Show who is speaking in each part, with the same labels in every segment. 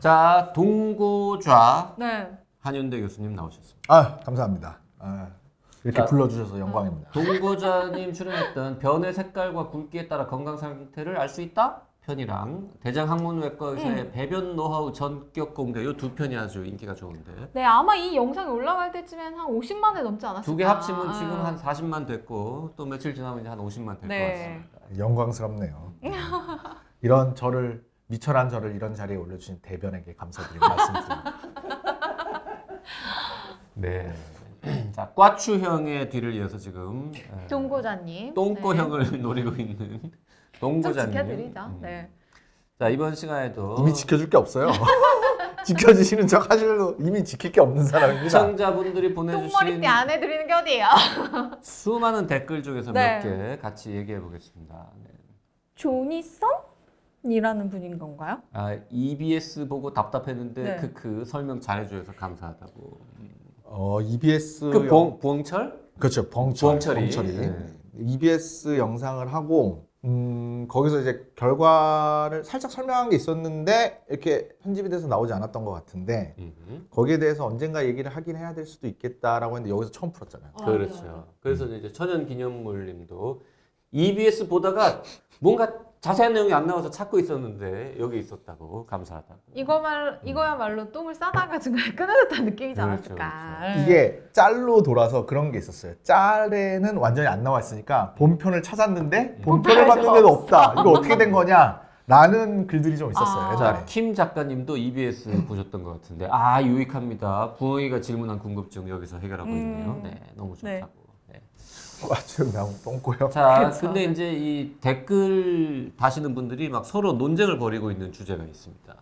Speaker 1: 자 동구좌
Speaker 2: 네.
Speaker 1: 한윤대 교수님 나오셨습니다.
Speaker 3: 아 감사합니다. 아, 이렇게
Speaker 1: 아.
Speaker 3: 불러주셔서 영광입니다.
Speaker 1: 동구좌님 출연했던 변의 색깔과 굵기에 따라 건강 상태를 알 수 있다 편이랑 대장 항문외과 의사의
Speaker 2: 음.
Speaker 1: 배변 노하우 전격 공개 이 두 편이 아주 인기가 좋은데
Speaker 2: 네, 아마 이 영상이 올라갈 때쯤엔 한 50만에 넘지 않았을까.
Speaker 1: 두 개 합치면 지금
Speaker 2: 아.
Speaker 1: 한 40만 됐고 또 며칠 지나면 이제 한 50만 될 것
Speaker 2: 네.
Speaker 1: 같습니다.
Speaker 3: 영광스럽네요. 이런 저를 미천한 저를 이런 자리에 올려주신 대변에게 감사드리고 말씀드립니다.
Speaker 1: 네. 자 꽈추형의 뒤를 이어서 지금 에,
Speaker 2: 아. 동고자님.
Speaker 1: 똥꼬형을 노리고 있는
Speaker 2: 네. 좀
Speaker 1: 동고자님.
Speaker 2: 지켜드리자.
Speaker 1: 음.
Speaker 2: 네.
Speaker 1: 자 이번 시간에도
Speaker 3: 이미 지켜줄 게 없어요. 지켜주시는 척 하실로 이미 지킬 게 없는 사람입니다.
Speaker 1: 시청자분들이 보내주신
Speaker 2: 똥머리띠 안 해드리는 게 어디예요?
Speaker 1: 수많은 댓글 중에서
Speaker 2: 네.
Speaker 1: 몇 개 같이 얘기해 보겠습니다. 네.
Speaker 2: 조니성이라는 분인 건가요?
Speaker 1: 아 EBS 보고 답답했는데
Speaker 2: 네.
Speaker 1: 크크 설명 잘해줘서 감사하다고.
Speaker 3: 어 EBS
Speaker 1: 그 봉, 봉철?
Speaker 3: 그렇죠. 벙철,
Speaker 1: 벙철이.
Speaker 3: 벙철이.
Speaker 1: 네.
Speaker 3: EBS 영상을 하고 음, 거기서 이제 결과를 살짝 설명한 게 있었는데 이렇게 편집이 돼서 나오지 않았던 것 같은데
Speaker 1: 음,
Speaker 3: 거기에 대해서 언젠가 얘기를 하긴 해야 될 수도 있겠다라고 했는데 여기서 처음 풀었잖아요.
Speaker 1: 그렇죠.
Speaker 2: 네.
Speaker 1: 그래서 이제 천연기념물님도 EBS 보다가 뭔가 자세한 내용이 안 나와서 찾고 있었는데 여기 있었다고 감사하다고.
Speaker 2: 네. 이거 말 이거야말로 똥을 싸다가 중간에 끊어졌다는 느낌이지
Speaker 1: 그렇죠,
Speaker 2: 않았을까. 네.
Speaker 3: 이게 짤로 돌아서 그런 게 있었어요. 짤에는 완전히 안 나와 있으니까 본편을 찾았는데 네. 본편을 봤는데도 없다. 이거 어떻게 된 거냐? 라는 글들이 좀 있었어요.
Speaker 2: 아. 음.
Speaker 3: 옛날에.
Speaker 1: 자, 킴 작가님도 EBS 보셨던 것 같은데 아 유익합니다. 부엉이가 질문한 궁금증 여기서 해결하고
Speaker 2: 음.
Speaker 1: 있네요. 네, 너무
Speaker 2: 네.
Speaker 1: 좋다고. 네.
Speaker 3: 와, 지금 나무 똥꼬요.
Speaker 1: 자,
Speaker 2: 그쵸.
Speaker 1: 근데 이제 이 댓글 다시는 분들이 막 서로 논쟁을 벌이고 있는 주제가 있습니다.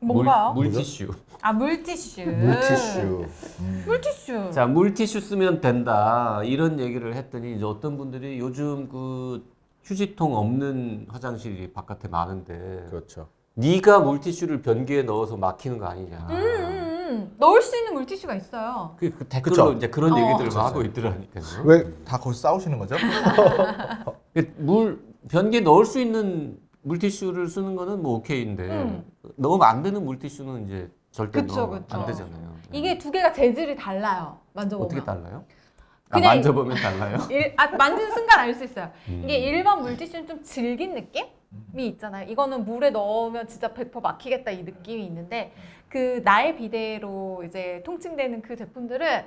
Speaker 2: 뭔가요?
Speaker 1: 물, 물티슈.
Speaker 2: 아 물티슈.
Speaker 3: 네. 물티슈. 음.
Speaker 2: 물티슈.
Speaker 1: 자, 물티슈 쓰면 된다 이런 얘기를 했더니 이제 어떤 분들이 요즘 그 휴지통 없는 화장실이 바깥에 많은데
Speaker 3: 그렇죠.
Speaker 1: 네가 물티슈를 변기에 넣어서 막히는 거 아니냐.
Speaker 2: 음, 음, 음. 넣을 수 있는 물티슈가 있어요.
Speaker 1: 그, 그 댓글로
Speaker 3: 그쵸?
Speaker 1: 이제 그런
Speaker 2: 어.
Speaker 1: 얘기들을
Speaker 3: 그쵸,
Speaker 1: 막 하고
Speaker 3: 그쵸.
Speaker 1: 있더라니까요.
Speaker 3: 왜 다 거기서 싸우시는 거죠?
Speaker 1: 그물 변기에 넣을 수 있는 물티슈를 쓰는 거는 뭐 오케이인데
Speaker 2: 음.
Speaker 1: 넣으면 안 되는 물티슈는 이제 절대
Speaker 2: 그쵸,
Speaker 1: 넣으면
Speaker 2: 그쵸.
Speaker 1: 안 되잖아요. 네.
Speaker 2: 이게 두 개가 재질이 달라요. 만져보면.
Speaker 1: 어떻게 달라요? 아,
Speaker 2: 그냥
Speaker 1: 만져보면 달라요?
Speaker 2: 일- 아, 만진 순간 알 수 있어요. 이게
Speaker 1: 음.
Speaker 2: 일반 물티슈는 좀 질긴 느낌이 있잖아요. 이거는 물에 넣으면 진짜 100% 막히겠다 이 느낌이 있는데 그 나의 비대로 이제 통칭되는 그 제품들은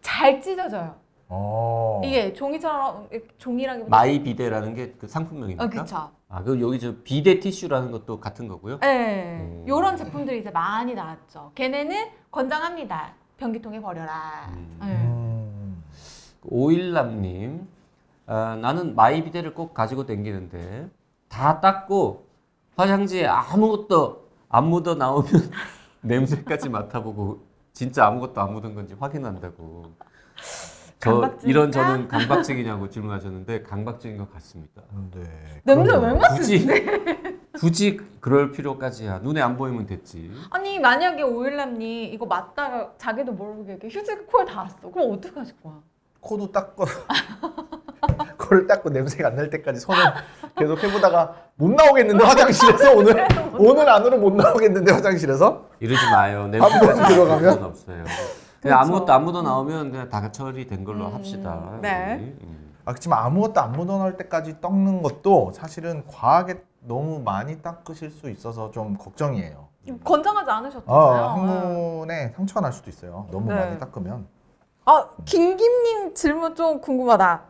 Speaker 2: 잘 찢어져요.
Speaker 3: 어.
Speaker 2: 이게 종이처럼 종이라기보다
Speaker 1: 마이 비데라는 게 그 상품명입니까?
Speaker 2: 어, 그쵸.
Speaker 1: 아, 그럼 여기 저 비데 티슈라는 것도 같은 거고요.
Speaker 2: 네,
Speaker 1: 음.
Speaker 2: 요런 제품들이 이제 많이 나왔죠. 걔네는 권장합니다. 변기통에 버려라.
Speaker 1: 음.
Speaker 2: 네.
Speaker 3: 음.
Speaker 1: 오일남님, 아, 나는 마이 비데를 꼭 가지고 다니는데 다 닦고 화장지에 아무것도 안 묻어 나오면 냄새까지 맡아보고 진짜 아무것도 안 묻은 건지 확인한다고. 저
Speaker 2: 강박증인가?
Speaker 1: 이런 저는 강박증이냐고 질문하셨는데 강박증인 것 같습니다.
Speaker 2: 음,
Speaker 3: 네.
Speaker 2: 냄새
Speaker 3: 그러네요.
Speaker 2: 왜 맡?
Speaker 1: 굳이 굳이 그럴 필요까지야. 눈에 안 보이면 됐지.
Speaker 2: 아니 만약에 오일남이 이거 맞다가 자기도 모르게 이렇게 휴지가 코에 닿았어. 그럼 어떻게 하실 거야?
Speaker 3: 코도 닦고 코를 닦고 냄새가 안 날 때까지 손을 계속 해보다가 못 나오겠는데 화장실에서 오늘 오늘 안으로 못 나오겠는데 화장실에서
Speaker 1: 이러지 마요.
Speaker 3: 아무것도
Speaker 1: 냄새까지
Speaker 3: 들어가면?
Speaker 1: 들어가면 없어요.
Speaker 2: 그렇죠.
Speaker 1: 그냥 아무것도 안 묻어 나오면 그냥 다 처리된 걸로
Speaker 2: 음,
Speaker 1: 합시다.
Speaker 2: 네.
Speaker 1: 우리. 음.
Speaker 3: 아, 그렇지만 아무것도 안 묻어날 때까지 닦는 것도 사실은 과하게 너무 많이 닦으실 수 있어서 좀 걱정이에요.
Speaker 2: 음. 권장하지
Speaker 3: 어,
Speaker 2: 않으셨잖아요. 음.
Speaker 3: 항문에 상처가 날 수도 있어요. 너무
Speaker 2: 네.
Speaker 3: 많이 닦으면.
Speaker 2: 아, 김김님 질문 좀 궁금하다.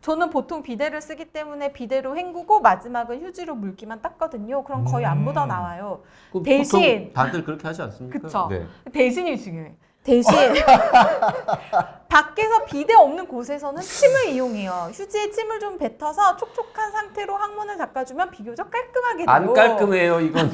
Speaker 2: 저는 보통 비데를 쓰기 때문에 비데로 헹구고 마지막은 휴지로 물기만 닦거든요. 그럼 거의 안
Speaker 3: 음.
Speaker 2: 묻어 나와요.
Speaker 1: 그
Speaker 2: 대신-
Speaker 1: 보통 다들 그렇게 하지 않습니까?
Speaker 2: 그쵸.
Speaker 1: 네.
Speaker 2: 대신이 중요해. 대신 밖에서 비데 없는 곳에서는 침을 이용해요. 휴지에 침을 좀 뱉어서 촉촉한 상태로 항문을 닦아주면 비교적 깔끔하게 돼요.
Speaker 1: 안 깔끔해요 이건.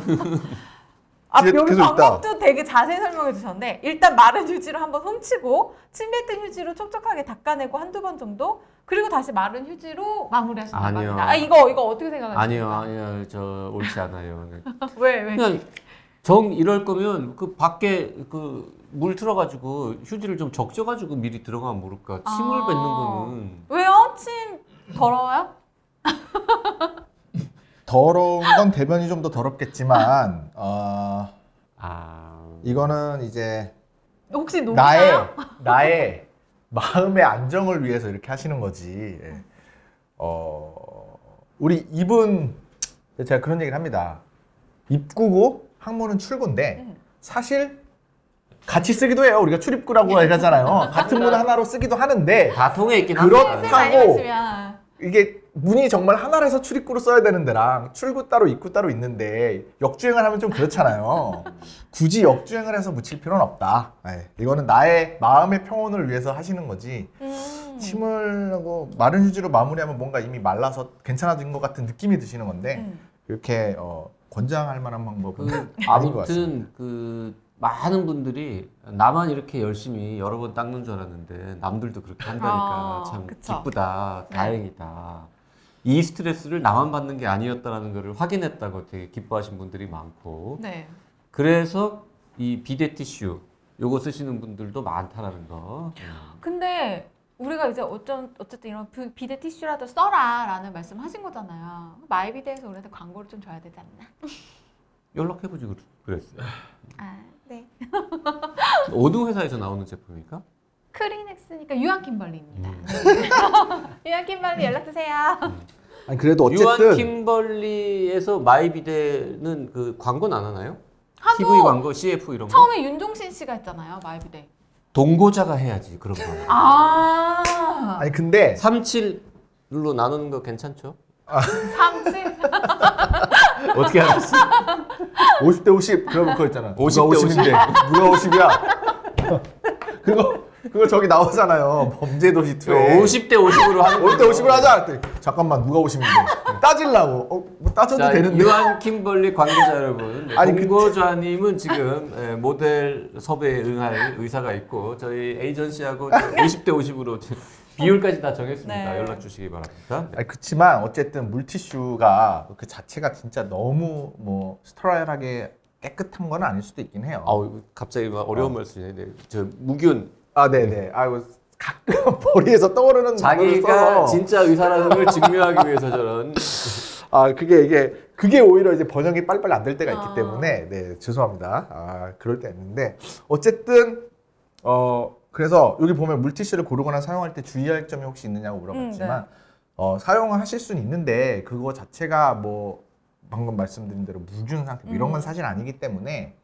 Speaker 2: 아,
Speaker 3: 뒤에
Speaker 2: 여기
Speaker 3: 계속 있다.
Speaker 2: 방법도 되게 자세히 설명해 주셨는데 일단 마른 휴지로 한번 훔치고 침뱉은 휴지로 촉촉하게 닦아내고 한두 번 정도 그리고 다시 마른 휴지로 마무리하시는
Speaker 1: 아니요.
Speaker 2: 겁니다. 아 이거 이거 어떻게 생각하세요?
Speaker 1: 아니요, 아니요, 저 옳지 않아요. 네.
Speaker 2: 왜 왜?
Speaker 1: 그냥 정 이럴 거면 그 밖에 그 물 틀어가지고 휴지를 좀 적셔가지고 미리 들어가면 모를까. 침을
Speaker 2: 아.
Speaker 1: 뱉는 거는
Speaker 2: 왜요? 침 더러워요?
Speaker 3: 더러운 건 대변이 좀 더 더럽겠지만 어,
Speaker 1: 아
Speaker 3: 이거는 이제
Speaker 2: 혹시 녹나요
Speaker 3: 나의 나의 마음의 안정을 위해서 이렇게 하시는 거지. 예. 어, 우리 이분 제가 그런 얘기를 합니다. 입구고 학문은 출구인데
Speaker 2: 음.
Speaker 3: 사실 같이 쓰기도 해요. 우리가 출입구라고 얘기하잖아요. 같은 문 하나로 쓰기도 하는데
Speaker 1: 다 통해 있긴
Speaker 3: 그렇-
Speaker 1: 합니다.
Speaker 2: 술 많이
Speaker 3: 하고
Speaker 2: 마시면
Speaker 3: 이게 문이 정말 하나라서 출입구로 써야 되는 데랑 출구 따로 입구 따로 있는데 역주행을 하면 좀 그렇잖아요. 굳이 역주행을 해서 묻힐 필요는 없다. 네, 이거는 나의 마음의 평온을 위해서 하시는 거지.
Speaker 2: 음.
Speaker 3: 침을 하고 마른 휴지로 마무리하면 뭔가 이미 말라서 괜찮아진 것 같은 느낌이 드시는 건데
Speaker 2: 음.
Speaker 3: 이렇게 어, 권장할 만한 방법은
Speaker 1: 그
Speaker 3: 아닌 것 같습니다.
Speaker 1: 아무튼 그 많은 분들이 나만 이렇게 열심히 여러 번 닦는 줄 알았는데 남들도 그렇게 한다니까
Speaker 2: 아,
Speaker 1: 참
Speaker 2: 그쵸.
Speaker 1: 기쁘다,
Speaker 2: 네.
Speaker 1: 다행이다. 이 스트레스를 나만 받는 게 아니었다라는 것을 확인했다고 되게 기뻐하신 분들이 많고
Speaker 2: 네.
Speaker 1: 그래서 이 비데 티슈 요거 쓰시는 분들도 많다라는 거. 음.
Speaker 2: 근데 우리가 이제 어쩐 어쨌든 이런 비- 비데 티슈라도 써라라는 말씀하신 거잖아요. 마이비데에서 우리한테 광고를 좀 줘야 되지 않나?
Speaker 1: 연락해보지 그랬- 그랬어요.
Speaker 2: 아, 네.
Speaker 1: 어느 회사에서 나오는 제품입니까?
Speaker 2: 크리넥스니까 유한 킴벌리입니다.
Speaker 3: 음.
Speaker 2: 유한 킴벌리 연락 주세요.
Speaker 3: 아니, 그래도
Speaker 1: 유한
Speaker 3: 어쨌든
Speaker 1: 킴벌리에서 마이비데는 그 광고는 안 하나요? TV
Speaker 2: 하도
Speaker 1: 광고, CF 이런 거.
Speaker 2: 처음에 윤종신 씨가 했잖아요, 마이비데.
Speaker 1: 동고자가 해야지 그런 거.
Speaker 2: 아,
Speaker 3: 아니 근데
Speaker 1: 37로 나누는 거 괜찮죠?
Speaker 2: 삼칠.
Speaker 1: 어떻게 알았어?
Speaker 3: 50대 50 그러면 그거 있잖아.
Speaker 1: 50대 50.
Speaker 3: 인데 누가 50이야? 그거 그거 저기 나오잖아요. 범죄도시 2에
Speaker 1: 50대 50으로 네. 하는
Speaker 3: 50대 50을 하자. 그랬더니 잠깐만 누가 50인데 따질라고. 어, 뭐 따져도
Speaker 1: 자,
Speaker 3: 되는데.
Speaker 1: 유한 킴벌리 관계자 여러분, 네,
Speaker 3: 아니,
Speaker 1: 동고자님은 지금 예, 모델 섭외에 응할 의사가 있고 저희 에이전시하고 50대 50으로 비율까지 다 정했습니다.
Speaker 2: 네.
Speaker 1: 연락 주시기 바랍니다. 네.
Speaker 3: 아니 그치만 어쨌든 물티슈가 그 자체가 진짜 너무 뭐 스트라이하게 깨끗한 건 아닐 수도 있긴 해요.
Speaker 1: 아우 갑자기 막 어려운 말씀이네. 네, 저 무균
Speaker 3: 아 네네. 아이고 가끔 머리에서 떠오르는 단어를
Speaker 1: 자기가
Speaker 3: 써서
Speaker 1: 진짜 의사라는 걸 증명하기 위해서 저런
Speaker 3: 아 그게 이게 그게 오히려 이제 번역이 빨리빨리 안 될 때가 있기
Speaker 2: 아.
Speaker 3: 때문에 네 죄송합니다. 아 그럴 때 있는데 어쨌든 어 그래서 여기 보면 물티슈를 고르거나 사용할 때 주의할 점이 혹시 있느냐고 물어봤지만
Speaker 2: 음,
Speaker 3: 어 사용하실 수는 있는데 그거 자체가 뭐 방금 말씀드린 대로 무균 상태 뭐 이런 건
Speaker 2: 음.
Speaker 3: 사실 아니기 때문에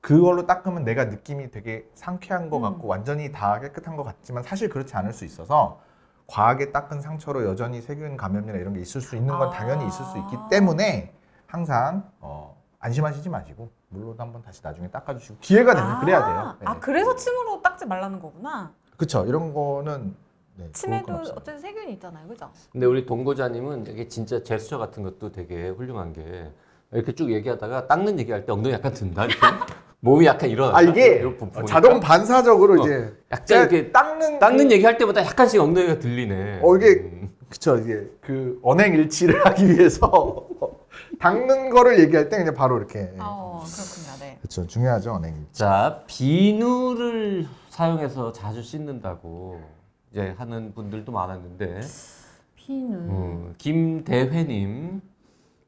Speaker 3: 그걸로 닦으면 내가 느낌이 되게 상쾌한 것
Speaker 2: 음.
Speaker 3: 같고 완전히 다 깨끗한 것 같지만 사실 그렇지 않을 수 있어서 과하게 닦은 상처로 여전히 세균 감염이나 이런 게 있을 수 있는 건
Speaker 2: 아.
Speaker 3: 당연히 있을 수 있기 때문에 항상 어, 안심하시지 마시고 물로도 한번 다시 나중에 닦아주시고 기회가 되면 그래야 돼요.
Speaker 2: 아,
Speaker 3: 네.
Speaker 2: 그래서 침으로 닦지 말라는 거구나.
Speaker 3: 그쵸 이런 거는 네,
Speaker 2: 침에도
Speaker 3: 좋을 건 없어요.
Speaker 2: 어쨌든 세균이 있잖아요, 그죠?
Speaker 1: 근데 우리 동고자님은 이게 진짜 제스처 같은 것도 되게 훌륭한 게 이렇게 쭉 얘기하다가 닦는 얘기할 때 엉덩이 약간 든다 이렇게 몸이 약간 일어나.
Speaker 3: 아 이게 자동 반사적으로
Speaker 1: 어,
Speaker 3: 이제
Speaker 1: 약간 이렇게
Speaker 3: 닦는
Speaker 1: 닦는 얘기할 때마다 약간씩 엉덩이가 들리네.
Speaker 3: 어, 이게-
Speaker 1: 음.
Speaker 3: 그쵸 이게 그 언행일치를 하기 위해서 닦는 거를 얘기할 때 그냥 바로 이렇게 예.
Speaker 2: 아, 어, 그렇군요. 네.
Speaker 3: 그쵸 중요하죠 언행일치.
Speaker 1: 자 비누를 사용해서 자주 씻는다고 이제 하는 분들도 많았는데
Speaker 2: 비누.
Speaker 3: 음.
Speaker 1: 어, 김대회님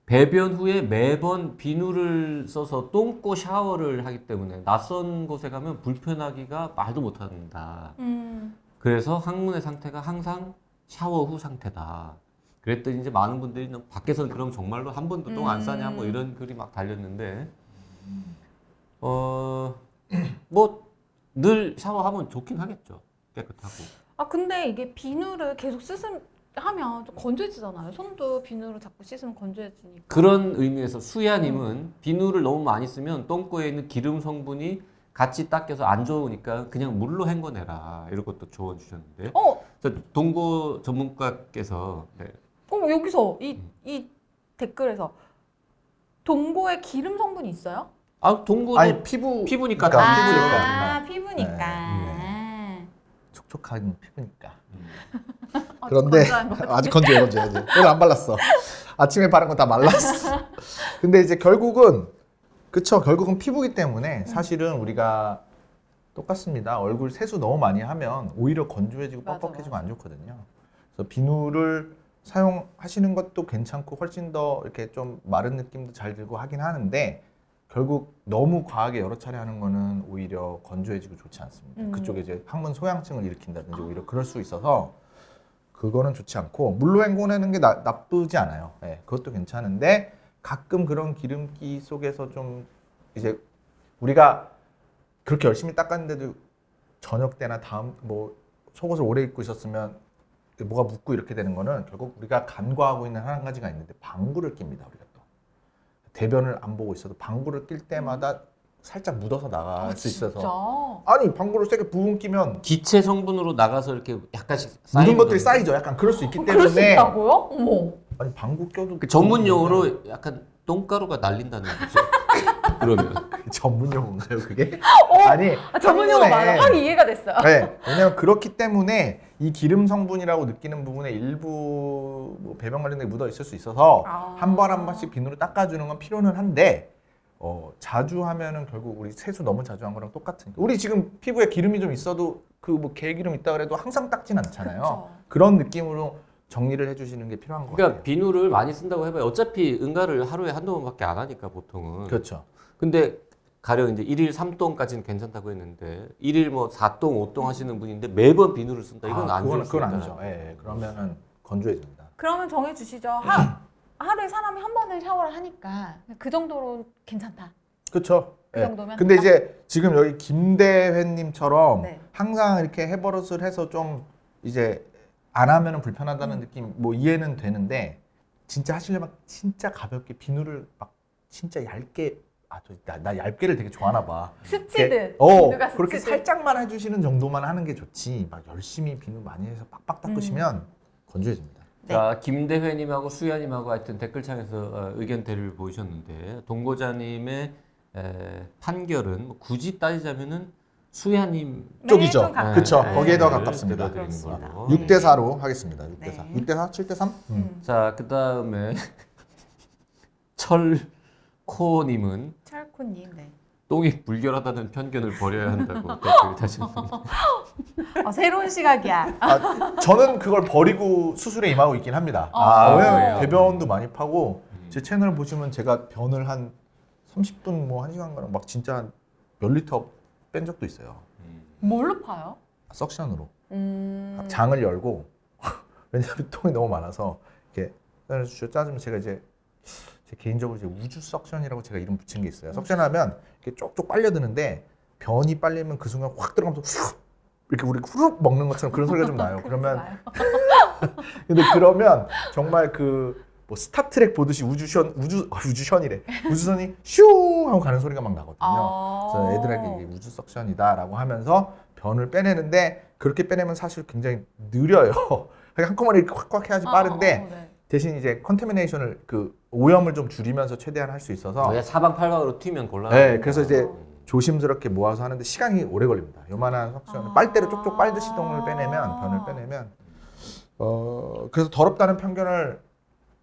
Speaker 1: 배변 후에 매번 비누를 써서 똥꼬 샤워를 하기 때문에 낯선 곳에 가면 불편하기가 말도 못한다.
Speaker 2: 음.
Speaker 1: 그래서 항문의 상태가 항상 샤워 후 상태다. 그랬더니 이제 많은 분들이 밖에서는 그럼 정말로 한 번도 똥 안 싸냐 뭐
Speaker 2: 음.
Speaker 1: 이런 글이 막 달렸는데 어, 어뭐 늘 샤워하면 좋긴 하겠죠 깨끗하고
Speaker 2: 아, 근데 이게 비누를 계속 쓰면 하면 좀 건조해지잖아요. 손도 비누로 자꾸 씻으면 건조해지니까.
Speaker 1: 그런 의미에서 수야님은 비누를 너무 많이 쓰면 똥꼬에 있는 기름 성분이 같이 닦여서 안 좋으니까 그냥 물로 헹궈내라 이런 것도 조언 주셨는데
Speaker 2: 어,
Speaker 1: 저 동고 전문가께서 네.
Speaker 2: 어 여기서 이 이 댓글에서 동고에 기름 성분이 있어요?
Speaker 1: 아 동구도
Speaker 3: 아니 피부
Speaker 1: 피부니까
Speaker 3: 그러니까
Speaker 1: 다
Speaker 3: 피부니까 네,
Speaker 4: 아, 피부니까.
Speaker 3: 촉촉한 피부니까.
Speaker 2: 아주
Speaker 3: 그런데
Speaker 2: 건조한 것 같아요.
Speaker 3: 아직 건조해 건조해 아직. 오늘 안 발랐어. 아침에 바른 건 다 말랐어. 근데 이제 결국은 그쵸 결국은 피부기 때문에 사실은 우리가 똑같습니다. 얼굴 세수 너무 많이 하면 오히려 건조해지고
Speaker 2: 맞아,
Speaker 3: 뻑뻑해지고 안 좋거든요. 그래서 비누를 사용하시는 것도 괜찮고 훨씬 더 이렇게 좀 마른 느낌도 잘 들고 하긴 하는데 결국 너무 과하게 여러 차례 하는 거는 오히려 건조해지고 좋지 않습니다.
Speaker 2: 음.
Speaker 3: 그쪽에 이제 항문 소양증을 일으킨다든지 오히려 그럴 수 있어서 그거는 좋지 않고 물로 헹궈내는 게 나, 나쁘지 않아요. 예, 그것도 괜찮은데 가끔 그런 기름기 속에서 좀 이제 우리가 그렇게 열심히 닦았는데도 저녁 때나 다음 뭐 속옷을 오래 입고 있었으면 뭐가 묻고 이렇게 되는 거는 결국 우리가 간과하고 있는 한 가지가 있는데 방구를 낍니다 우리가 또 대변을 안 보고 있어도 방구를 낄 때마다 살짝 묻어서 나갈
Speaker 2: 아,
Speaker 3: 수
Speaker 2: 진짜?
Speaker 3: 있어서 아니 방구를 세게 부은 끼면
Speaker 1: 기체 성분으로 나가서 이렇게 약간씩
Speaker 3: 묻은
Speaker 1: 쌓이는
Speaker 3: 것들이 쌓이죠 약간 그럴 수 있기
Speaker 2: 어, 그럴 수
Speaker 3: 때문에
Speaker 2: 있다고요? 어머.
Speaker 3: 아니 방구 껴도
Speaker 1: 그 전문 용어로 약간 똥가루가 날린다는 거죠. 그러면
Speaker 3: 전문 용어인가요 그게
Speaker 2: 어,
Speaker 3: 아니
Speaker 2: 아, 전문 용어
Speaker 3: 한문에
Speaker 2: 맞아. 확 이해가 됐어요.
Speaker 3: 네, 왜냐면 그렇기 때문에 이 기름 성분이라고 느끼는 부분에 일부 뭐 배변 관련된 게 묻어 있을 수 있어서
Speaker 2: 아.
Speaker 3: 한 번 한 번씩 비누로 닦아주는 건 필요는 한데 어, 자주 하면은 결국 우리 세수 너무 자주 한 거랑 똑같은. 우리 지금 피부에 기름이 좀 있어도 그 뭐 개기름 있다 그래도 항상 닦진 않잖아요.
Speaker 2: 그쵸.
Speaker 3: 그런 느낌으로 정리를 해주시는 게 필요한 것
Speaker 1: 그러니까
Speaker 3: 같아요.
Speaker 1: 비누를 많이 쓴다고 해봐요. 어차피 응가를 하루에 한두 번밖에 안 하니까 보통은.
Speaker 3: 그렇죠.
Speaker 1: 근데 가령 이제 일일 3동까지는 괜찮다고 했는데 일일 뭐 4동, 5동 하시는 분인데 매번 비누를 쓴다. 이건
Speaker 3: 아,
Speaker 1: 안
Speaker 3: 그건,
Speaker 1: 좋을 수
Speaker 3: 그건
Speaker 1: 있다.
Speaker 3: 아니죠. 예, 예. 그러면은 건조해집니다.
Speaker 2: 그러면 정해주시죠.
Speaker 3: 음.
Speaker 2: 하, 하루에 사람이 한 번을 샤워를 하니까 그 정도로 괜찮다.
Speaker 3: 그렇죠.
Speaker 2: 그 정도면
Speaker 3: 근데
Speaker 2: 된다?
Speaker 3: 이제 지금 여기 김대회님처럼
Speaker 2: 네.
Speaker 3: 항상 이렇게 해버릇을 해서 좀 이제 안 하면은 불편하다는
Speaker 2: 음.
Speaker 3: 느낌 뭐 이해는 되는데 진짜 하시려면 진짜 가볍게 비누를 막 진짜 얇게 아나나 얇게를 되게 좋아하나 봐.
Speaker 2: 스치듯.
Speaker 3: 어
Speaker 2: 비누가
Speaker 3: 그렇게
Speaker 2: 스치듯.
Speaker 3: 살짝만 해주시는 정도만 하는 게 좋지 막 열심히 비누 많이 해서 빡빡
Speaker 2: 음.
Speaker 3: 닦으시면 건조해집니다.
Speaker 2: 네.
Speaker 1: 자, 김대회님하고 수야님하고 하여튼 댓글창에서 어, 의견 대립을 보이셨는데 동고자님의 에, 판결은 뭐 굳이 따지자면은 수야님
Speaker 2: 네,
Speaker 3: 쪽이죠.
Speaker 2: 좀 가까이.
Speaker 3: 아, 그쵸.
Speaker 2: 네.
Speaker 3: 거기에 더
Speaker 1: 네,
Speaker 3: 가깝습니다.
Speaker 1: 들어드리는 네.
Speaker 2: 그렇습니다.
Speaker 1: 걸로.
Speaker 3: 6대 4로 하겠습니다. 6대
Speaker 4: 네.
Speaker 3: 4. 6대 4? 7대 3?
Speaker 2: 음.
Speaker 1: 자, 그 다음에 철코님은
Speaker 4: 철코님, 네.
Speaker 1: 똥이 불결하다는 편견을 버려야 한다고 댓글 다셨습니다.
Speaker 4: 어, 새로운 시각이야.
Speaker 3: 아, 저는 그걸 버리고 수술에 임하고 있긴 합니다.
Speaker 1: 아,
Speaker 3: 왜냐면
Speaker 1: 그래요?
Speaker 3: 배변도 많이 파고 제 채널 보시면 제가 변을 한 30분 뭐 1시간 가량 막 진짜 몇 리터 뺀 적도 있어요.
Speaker 2: 뭘로 파요?
Speaker 3: 석션으로
Speaker 2: 음.
Speaker 3: 장을 열고 왜냐면 통이 너무 많아서 이렇게 짜주 짜주면 제가 이제 제 개인적으로 이제 우주 석션이라고 제가 이름 붙인 게 있어요. 석션하면 이렇게 쪽쪽 빨려드는데 변이 빨리면 그 순간 확 들어가면서 후 이렇게 우리 후룩 먹는 것처럼 그런 소리가 좀 나요. 그러면
Speaker 2: 좋아요.
Speaker 3: 근데 그러면 정말 그 뭐 스타트랙 보듯이 우주선 우주 아, 우주선이래 우주선이 슈 하고 가는 소리가 막 나거든요.
Speaker 2: 아.
Speaker 3: 그래서 애들에게 이게 우주 석션이다라고 하면서 변을 빼내는데 그렇게 빼내면 사실 굉장히 느려요. 그냥 한꺼번에 이렇게 확확 해야지
Speaker 2: 아,
Speaker 3: 빠른데
Speaker 2: 어, 어, 네.
Speaker 3: 대신 이제 컨테미네이션을 그 오염을 좀 줄이면서 최대한 할 수 있어서
Speaker 1: 왜 사방팔방으로 튀면 음. 곤란해.
Speaker 3: 네, 그래서 이제 조심스럽게 모아서 하는데 시간이 오래 걸립니다. 요만한 석션
Speaker 2: 아.
Speaker 3: 빨대로 쪽쪽 빨듯이 똥을 빼내면 변을 빼내면 어 그래서 더럽다는 편견을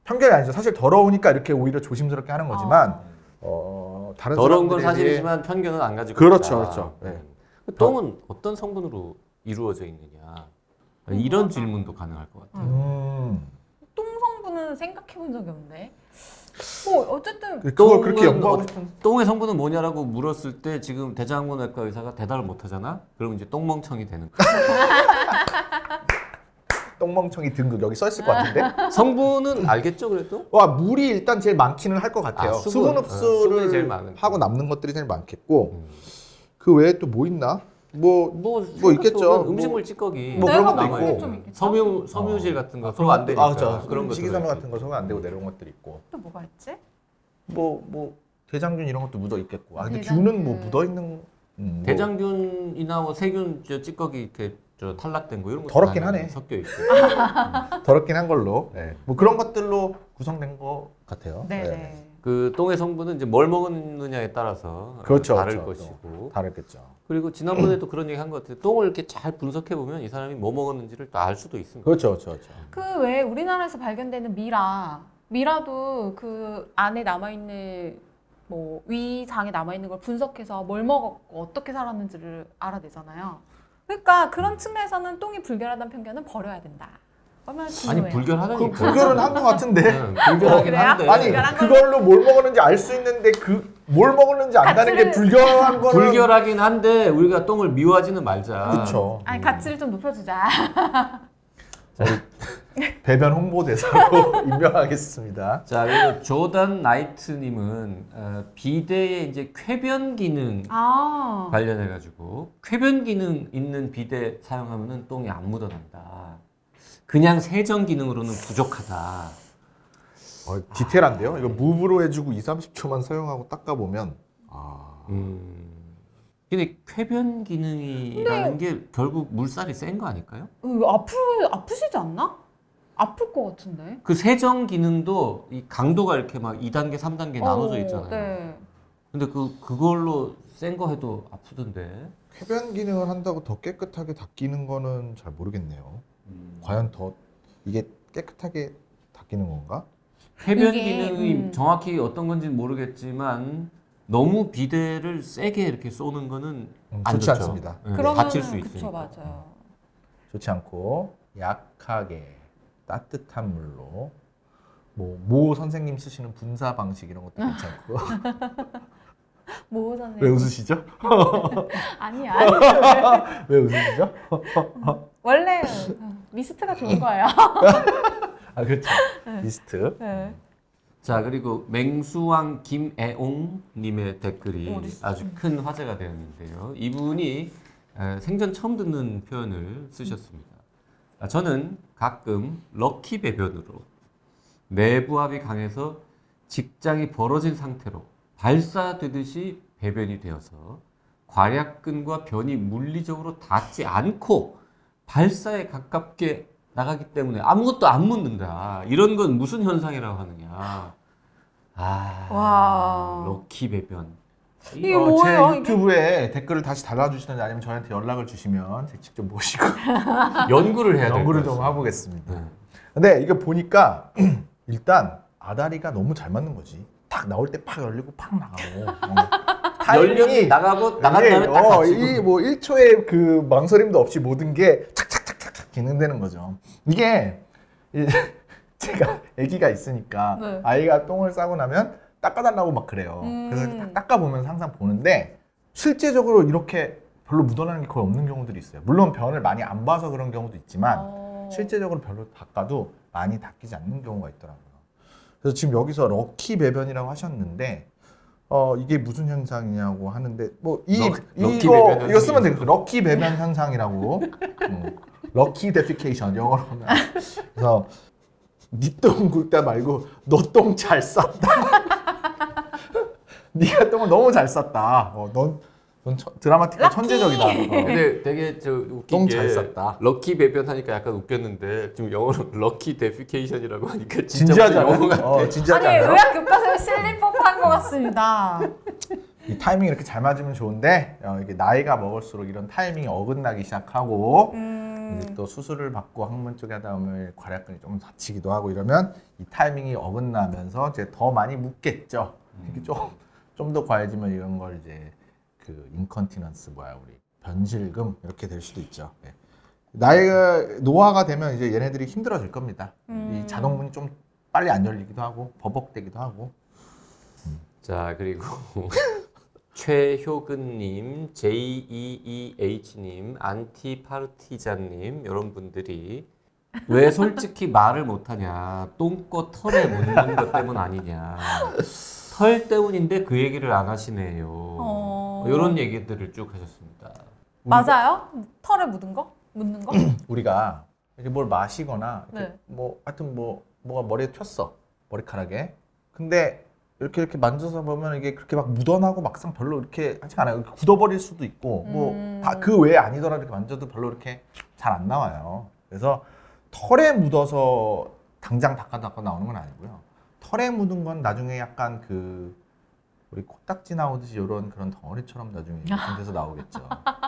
Speaker 3: 편견이 아니죠. 사실 더러우니까 이렇게 오히려 조심스럽게 하는
Speaker 2: 아.
Speaker 3: 거지만 어 다른
Speaker 1: 더러운 건
Speaker 3: 사람들에 비해
Speaker 1: 사실이지만 편견은 안 가지고
Speaker 3: 그렇죠,
Speaker 1: 있다.
Speaker 3: 그렇죠. 네.
Speaker 1: 그 똥은 어떤 성분으로 이루어져 있느냐 이런 질문도 가능할 것 같아요.
Speaker 3: 음
Speaker 2: 똥 성분은 생각해 본 적이 없네. 뭐 어쨌든
Speaker 3: 그걸 그렇게
Speaker 1: 똥은
Speaker 3: 연구하고
Speaker 1: 어-
Speaker 3: 싶은
Speaker 1: 똥의 성분은 뭐냐라고 물었을 때 지금 대장문외과 의사가 대답을 못 하잖아. 그럼 이제 똥멍청이 되는 거야.
Speaker 3: 똥멍청이 등급 여기 써 있을 것 같은데
Speaker 1: 성분은 알겠죠, 그래도?
Speaker 3: 와 물이 일단 제일 많기는 할 것 같아요.
Speaker 1: 아,
Speaker 3: 수분,
Speaker 1: 수분.
Speaker 3: 흡수를
Speaker 1: 어, 수분이 제일 많은.
Speaker 3: 하고 남는 것들이 제일 많겠고
Speaker 1: 음.
Speaker 3: 그 외에 또 뭐 있나 뭐
Speaker 1: 뭐,
Speaker 3: 뭐 있겠죠.
Speaker 1: 생각보다 음식물 찌꺼기.
Speaker 3: 뭐 그런 것도
Speaker 1: 남아있고.
Speaker 3: 있고.
Speaker 2: 좀 있겠죠?
Speaker 1: 섬유, 섬유질 같은 거 소화 안 되니까.
Speaker 3: 아, 그렇죠.
Speaker 1: 그런 거.
Speaker 3: 식이섬유 같은 거 소화 안 되고 내려온 것들이 있고.
Speaker 2: 또 뭐가 있지?
Speaker 3: 뭐, 뭐, 대장균 이런 것도 묻어 있겠고. 아, 근데
Speaker 2: 대장균.
Speaker 3: 균은 뭐 묻어 있는. 음, 뭐
Speaker 1: 대장균이나 뭐 세균 저 찌꺼기 이렇게 저 탈락된 거 이런 거
Speaker 3: 더럽긴 하네.
Speaker 1: 섞여 있고.
Speaker 3: 예. 더럽긴 한 걸로. 네. 뭐 그런 것들로 구성된 것 같아요.
Speaker 2: 네.
Speaker 3: 네.
Speaker 2: 네.
Speaker 1: 그 똥의 성분은 이제 뭘 먹느냐에 따라서
Speaker 3: 그렇죠,
Speaker 1: 다를
Speaker 3: 그렇죠.
Speaker 1: 것이고
Speaker 3: 다르겠죠.
Speaker 1: 그리고 지난번에도 그런 얘기 한 것 같아요. 똥을 이렇게 잘 분석해 보면 이 사람이 뭐 먹었는지를 또 알 수도 있습니다.
Speaker 3: 그렇죠, 그렇죠, 그렇죠.
Speaker 2: 그 외에 우리나라에서 발견되는 미라, 미라도 그 안에 남아 있는 뭐 위장에 남아 있는 걸 분석해서 뭘 먹었고 어떻게 살았는지를 알아내잖아요. 그러니까 그런 측면에서는 똥이 불결하다는 편견은 버려야 된다. 얼마나 중요해요.
Speaker 1: 아니 불결하다니.
Speaker 3: 그 불결은 한 것 같은데.
Speaker 1: 불결하긴
Speaker 2: 어, 그래요?
Speaker 1: 한데.
Speaker 3: 아니
Speaker 2: 불결한
Speaker 3: 그걸로 뭘 먹었는지 알 수 있는데 그 뭘 먹었는지 안다는 게
Speaker 2: 가치를-
Speaker 3: 불결한 거는
Speaker 1: 불결하긴 한데 우리가 똥을 미워하지는 말자.
Speaker 3: 그렇죠.
Speaker 2: 아니 가치를 좀 높여주자.
Speaker 3: 배변 홍보대사로 임명하겠습니다.
Speaker 1: 자 그리고 조던 나이트님은 어, 비대의 이제 쾌변 기능
Speaker 2: 어.
Speaker 4: 아.
Speaker 1: 관련해 가지고 쾌변 기능 있는 비대 사용하면은 똥이 안 묻어난다. 그냥 세정 기능으로는 부족하다.
Speaker 3: 어, 디테일한데요. 이거 무브로 해주고 2, 30초만 사용하고 닦아 보면 아
Speaker 1: 음. 근데 쾌변 기능이라는 게 결국 물살이 센 거 아닐까요?
Speaker 2: 어,
Speaker 4: 이거 아프 아프시지 않나?
Speaker 2: 아플 것 같은데.
Speaker 1: 그 세정 기능도 이 강도가 이렇게 막 2단계, 3단계 나눠져
Speaker 2: 어,
Speaker 1: 있잖아요.
Speaker 2: 네.
Speaker 1: 근데 그 그걸로 센 거 해도 아프던데.
Speaker 3: 쾌변 기능을 한다고 더 깨끗하게 닦이는 거는 잘 모르겠네요. 과연 더 이게 깨끗하게 닦이는 건가?
Speaker 1: 쾌변
Speaker 2: 이게,
Speaker 1: 기능이
Speaker 2: 음.
Speaker 1: 정확히 어떤 건지는 모르겠지만 너무 비대를 세게 이렇게 쏘는 거는
Speaker 3: 음,
Speaker 1: 안
Speaker 3: 좋지
Speaker 1: 좋죠.
Speaker 3: 않습니다.
Speaker 1: 네,
Speaker 2: 그러면
Speaker 1: 다칠 수 있으니까.
Speaker 2: 그쵸 맞아요.
Speaker 3: 좋지 않고 약하게 따뜻한 물로 뭐 모 선생님 쓰시는 분사 방식 이런 것도 괜찮고
Speaker 2: 네. 뭐 전에
Speaker 3: 왜 웃으시죠?
Speaker 2: 아니 아니
Speaker 3: 왜 웃으시죠?
Speaker 2: 원래 미스트가 좋은 거예요.
Speaker 3: 아 그렇죠. 리스트.
Speaker 2: 네.
Speaker 1: 자 그리고 맹수왕 김애옹님의 댓글이
Speaker 2: 어딨어?
Speaker 1: 아주 큰 화제가 되었는데요. 이분이 에, 생전 처음 듣는 표현을 쓰셨습니다. 아, 저는 가끔 럭키 배변으로 내부압이 강해서 직장이 벌어진 상태로 발사되듯이 배변이 되어서 괄약근과 변이 물리적으로 닿지 않고 발사에 가깝게 나가기 때문에 아무것도 안 묻는다. 이런 건 무슨 현상이라고 하느냐. 아,
Speaker 4: 와.
Speaker 1: 럭키 배변.
Speaker 2: 이게
Speaker 3: 어,
Speaker 2: 뭐예요?
Speaker 3: 제
Speaker 2: 이게?
Speaker 3: 유튜브에 댓글을 다시 달아주시든지 아니면 저한테 연락을 주시면 제가 직접 모시고
Speaker 1: 연구를 해야 될
Speaker 3: 연구를
Speaker 1: 것
Speaker 3: 좀
Speaker 1: 같습니다.
Speaker 3: 해보겠습니다.
Speaker 1: 네.
Speaker 3: 근데 이게 보니까 일단 아다리가 너무 잘 맞는 거지. 탁 나올 때 팍 열리고 팍 나가고. 어.
Speaker 1: 열명이 나가고 나간 다음에 딱 닫히고.
Speaker 3: 네, 이뭐 1초의 그 망설임도 없이 모든 게 착착착착착 기능되는 거죠. 이게 이- 제가 아기가 있으니까
Speaker 2: 네.
Speaker 3: 아이가 똥을 싸고 나면 닦아달라고 막 그래요. 그래서
Speaker 2: 음.
Speaker 3: 딱 닦아보면서 항상 보는데 실제적으로 이렇게 별로 묻어나는 게 거의 없는 경우들이 있어요. 물론 변을 많이 안 봐서 그런 경우도 있지만
Speaker 2: 어.
Speaker 3: 실제적으로 별로 닦아도 많이 닦이지 않는 경우가 있더라고요. 그래서 지금 여기서 럭키 배변이라고 하셨는데 어 이게 무슨 현상이냐고 하는데 뭐이
Speaker 1: 럭- 럭키
Speaker 3: 이거
Speaker 1: 배변
Speaker 3: 이거 쓰면
Speaker 1: 현상이죠.
Speaker 3: 되겠죠. 럭키 배변 현상이라고. 음. 럭키 데피케이션 영어로 하면 그래서 니똥 굵다 말고 너 똥 잘 쌌다. 네가 똥을 너무 잘 쌌다. 어, 넌, 넌 천- 드라마틱하고 천재적이다. 어.
Speaker 1: 아, 근데 되게 저 웃긴
Speaker 3: 똥
Speaker 1: 게
Speaker 3: 잘 쌌다.
Speaker 1: 럭키 배변 하니까 약간 웃겼는데 지금 영어로 럭키 데피케이션이라고 하니까 진짜
Speaker 3: 진지하지
Speaker 1: 무슨 영어
Speaker 3: 않아요?
Speaker 1: 같아.
Speaker 3: 어,
Speaker 2: 아니
Speaker 3: 진지하지 않아요?
Speaker 2: 의학 교과서에 실릴 법한 것 같습니다.
Speaker 3: 이 타이밍이 이렇게 잘 맞으면 좋은데 어, 이게 나이가 먹을수록 이런 타이밍이 어긋나기 시작하고
Speaker 2: 음.
Speaker 3: 이제 또 수술을 받고 항문 쪽에 하다 보면 괄약근이 좀 다치기도 하고 이러면 이 타이밍이 어긋나면서 이제 더 많이 묻겠죠. 이렇게 좀좀 더 과해지면 이런 걸 이제 그 인컨티넌스 뭐야 우리 변실금 이렇게 될 수도 있죠. 네. 나이가 노화가 되면 이제 얘네들이 힘들어질 겁니다.
Speaker 2: 음.
Speaker 3: 이 자동문이 좀 빨리 안 열리기도 하고 버벅대기도 하고
Speaker 1: 자 그리고 최효근님, E JEEH님, 안티파르티잔님 이런 분들이 왜 솔직히 말을 못하냐 똥꼬 털에 묻는 것 때문 아니냐 털 때문인데 그 얘기를 안 하시네요
Speaker 2: 어.
Speaker 1: 이런 얘기들을 쭉 하셨습니다
Speaker 2: 맞아요? 털에 묻은 거? 묻는 거?
Speaker 3: 우리가 이렇게 뭘 마시거나 이렇게
Speaker 2: 네.
Speaker 3: 뭐 하여튼 뭐 뭐가 머리에 튀었어 머리카락에 근데 이렇게 이렇게 만져서 보면 이게 그렇게 막 묻어나고 막상 별로 이렇게 하지 않아요 이렇게 굳어버릴 수도 있고 뭐
Speaker 2: 음.
Speaker 3: 다 그 외에 아니더라도 이렇게 만져도 별로 이렇게 잘 안 나와요 그래서 털에 묻어서 당장 닦아 닦아 나오는 건 아니고요 털에 묻은 건 나중에 약간 그 우리 코딱지 나오듯이 이런 그런 덩어리처럼 나중에 같은 데서 나오겠죠.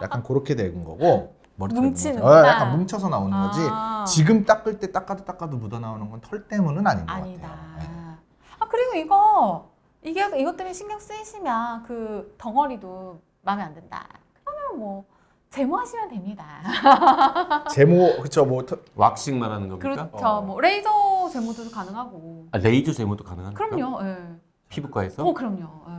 Speaker 3: 약간 그렇게 된 거고 머리털에
Speaker 4: 뭉치는
Speaker 3: 묻은 거. 어,
Speaker 2: 거다.
Speaker 3: 약간 뭉쳐서 나오는 거지.
Speaker 4: 아,
Speaker 3: 지금 닦을 때 닦아도 닦아도 묻어 나오는 건 털 때문은 아닌 것
Speaker 4: 아니다.
Speaker 3: 같아요. 네.
Speaker 2: 아 그리고 이거 이게 이것 때문에 신경 쓰이시면 그 덩어리도 마음에 안 든다. 그러면 뭐 제모하시면 됩니다.
Speaker 3: 제모 그쵸 뭐 털-
Speaker 1: 왁싱 말하는 겁니까?
Speaker 2: 그렇죠.
Speaker 3: 어.
Speaker 2: 뭐 레이저 제모도 가능하고.
Speaker 1: 아, 레이저 제모도 가능합니까?
Speaker 2: 그럼요. 예.
Speaker 1: 피부과에서?
Speaker 2: 어 그럼요. 예.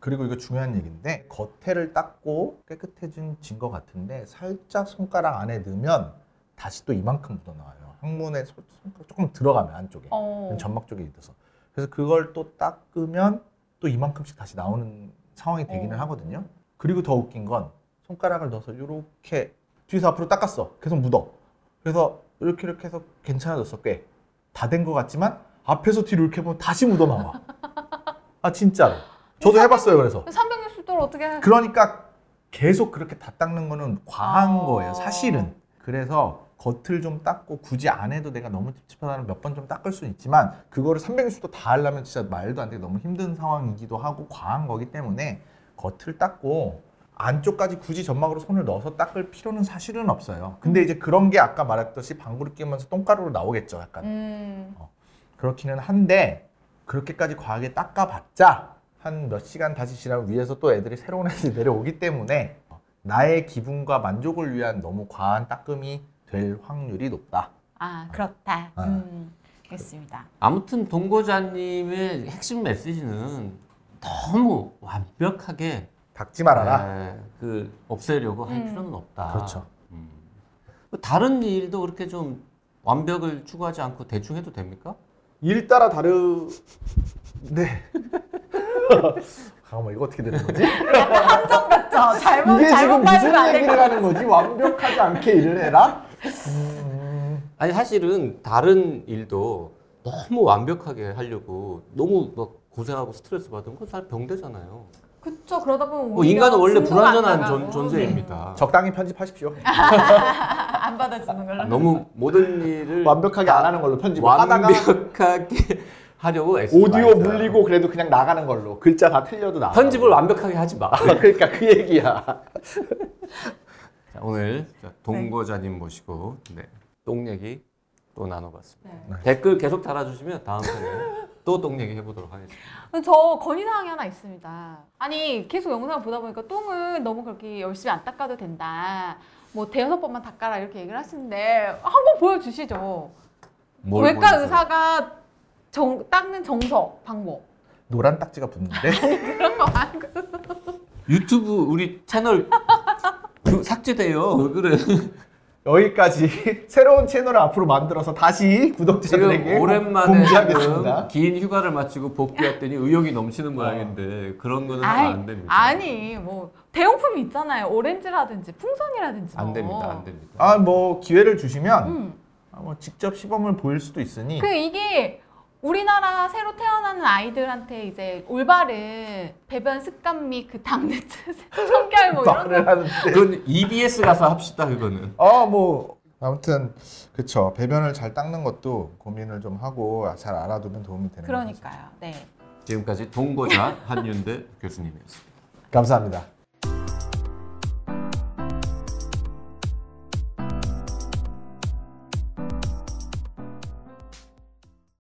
Speaker 3: 그리고 이거 중요한 얘기인데 겉에를 닦고 깨끗해진 것 같은데 살짝 손가락 안에 넣으면 다시 또 이만큼 묻어나와요. 항문에 손- 손가락 조금 들어가면 안쪽에
Speaker 2: 어.
Speaker 3: 점막 쪽에 있어서 그래서 그걸 또 닦으면 또 이만큼씩 다시 나오는 상황이 되기는
Speaker 2: 어.
Speaker 3: 하거든요. 그리고 더 웃긴 건 손가락을 넣어서 이렇게 뒤에서 앞으로 닦았어. 계속 묻어. 그래서 이렇게 이렇게 해서 괜찮아졌어 꽤. 다 된 것 같지만 앞에서 뒤로 이렇게 보면 다시 묻어 나와. 아 진짜로. 저도 해봤어요 그래서.
Speaker 2: 360도로 어떻게 해?
Speaker 3: 그러니까 계속 그렇게 다 닦는 거는 과한
Speaker 2: 어.
Speaker 3: 거예요, 사실은. 그래서 겉을 좀 닦고 굳이 안 해도 내가 너무 찝찝하다면 몇 번 좀 닦을 수는 있지만 그거를 360도 다 하려면 진짜 말도 안 되게 너무 힘든 상황이기도 하고 과한 거기 때문에 겉을 닦고 안쪽까지 굳이 점막으로 손을 넣어서 닦을 필요는 사실은 없어요. 근데 이제 그런 게 아까 말했듯이 방구를 끼면서 똥가루로 나오겠죠, 약간.
Speaker 2: 음.
Speaker 3: 그렇기는 한데 그렇게까지 과하게 닦아봤자 한 몇 시간 다시 지나면 위에서 또 애들이 새로운 애들이 내려오기 때문에 나의 기분과 만족을 위한 너무 과한 닦음이 될 확률이 높다.
Speaker 2: 아 그렇다.
Speaker 3: 아.
Speaker 2: 음. 알겠습니다.
Speaker 1: 아무튼 동고자님의 핵심 메시지는 너무 완벽하게
Speaker 3: 닦지 말아라.
Speaker 1: 에, 그 없애려고 할
Speaker 2: 음.
Speaker 1: 필요는 없다.
Speaker 3: 네. 그렇죠.
Speaker 1: 음. 다른 일도 그렇게 좀 완벽을 추구하지 않고 대충 해도 됩니까?
Speaker 3: 일 따라 다르. 네. 잠깐만 아, 뭐 이거 어떻게 되는 거지?
Speaker 2: 그렇죠. 잘못
Speaker 3: 이게
Speaker 2: 잘못 말하면 안
Speaker 3: 지금 무슨
Speaker 2: 되고.
Speaker 3: 얘기를 하는 거지? 완벽하지 않게 일을 해라? 음,
Speaker 1: 아니 사실은 다른 일도 너무 완벽하게 하려고 너무 막 고생하고 스트레스 받으면 그건 사실 병되잖아요.
Speaker 2: 그렇죠. 그러다 보면
Speaker 1: 뭐 인간은 원래
Speaker 2: 진도가 안
Speaker 1: 불완전한 존,
Speaker 2: 나가고.
Speaker 1: 존재입니다.
Speaker 3: 적당히 편집하십시오.
Speaker 2: 아, 안 받아주는 걸로.
Speaker 1: 너무 모든 일을
Speaker 3: 완벽하게 안 하는 걸로 편집하다가
Speaker 1: 완벽하게 하려고 애쓰지
Speaker 3: 오디오
Speaker 1: 말자.
Speaker 3: 물리고 그래도 그냥 나가는 걸로 글자 다 틀려도 나가.
Speaker 1: 아, 편집을 완벽하게 하지 마.
Speaker 3: 그러니까 그 얘기야.
Speaker 1: 자, 오늘 동거자님 모시고 네, 똥 얘기 또 나눠봤습니다.
Speaker 2: 네.
Speaker 1: 댓글 계속 달아주시면 다음 편에 또 똥 얘기 해보도록 하겠습니다.
Speaker 2: 저 건의사항이 하나 있습니다. 아니 계속 영상을 보다 보니까 똥은 너무 그렇게 열심히 안 닦아도 된다. 뭐 대여섯 번만 닦아라 이렇게 얘기를 하시는데 한번 보여주시죠.
Speaker 1: 뭘
Speaker 2: 외과
Speaker 1: 보여줘요?
Speaker 2: 의사가 정, 닦는 정석 방법
Speaker 3: 노란 딱지가 붙는데
Speaker 2: 그런 거 아니고
Speaker 1: 유튜브 우리 채널 그 삭제돼요. 왜 그래?
Speaker 3: 여기까지 새로운 채널을 앞으로 만들어서 다시 구독자들에게
Speaker 1: 지금 오랜만에 지금
Speaker 3: 공개하겠습니다.
Speaker 1: 긴 휴가를 마치고 복귀했더니 의욕이 넘치는 모양인데 그런 거는 하면 안 됩니다.
Speaker 2: 아니 뭐 대용품이 있잖아요. 오렌지라든지 풍선이라든지
Speaker 1: 안
Speaker 2: 뭐.
Speaker 1: 됩니다. 안 됩니다.
Speaker 3: 아 뭐 기회를 주시면
Speaker 2: 음.
Speaker 3: 아, 뭐 직접 시범을 보일 수도 있으니
Speaker 2: 그 이게 우리나라 새로 태어나는 아이들한테 이제 올바른 배변 습관 및 그 당뇨 청결 뭐 이런
Speaker 3: 말을 하는데
Speaker 1: 그건 EBS 가서 합시다 그거는.
Speaker 3: 아 뭐 아무튼 그쵸 배변을 잘 닦는 것도 고민을 좀 하고 잘 알아두면 도움이
Speaker 2: 그러니까.
Speaker 3: 되는 것 같아요.
Speaker 2: 그러니까요. 네.
Speaker 1: 지금까지 동거자 한윤대 교수님이었습니다.
Speaker 3: 감사합니다.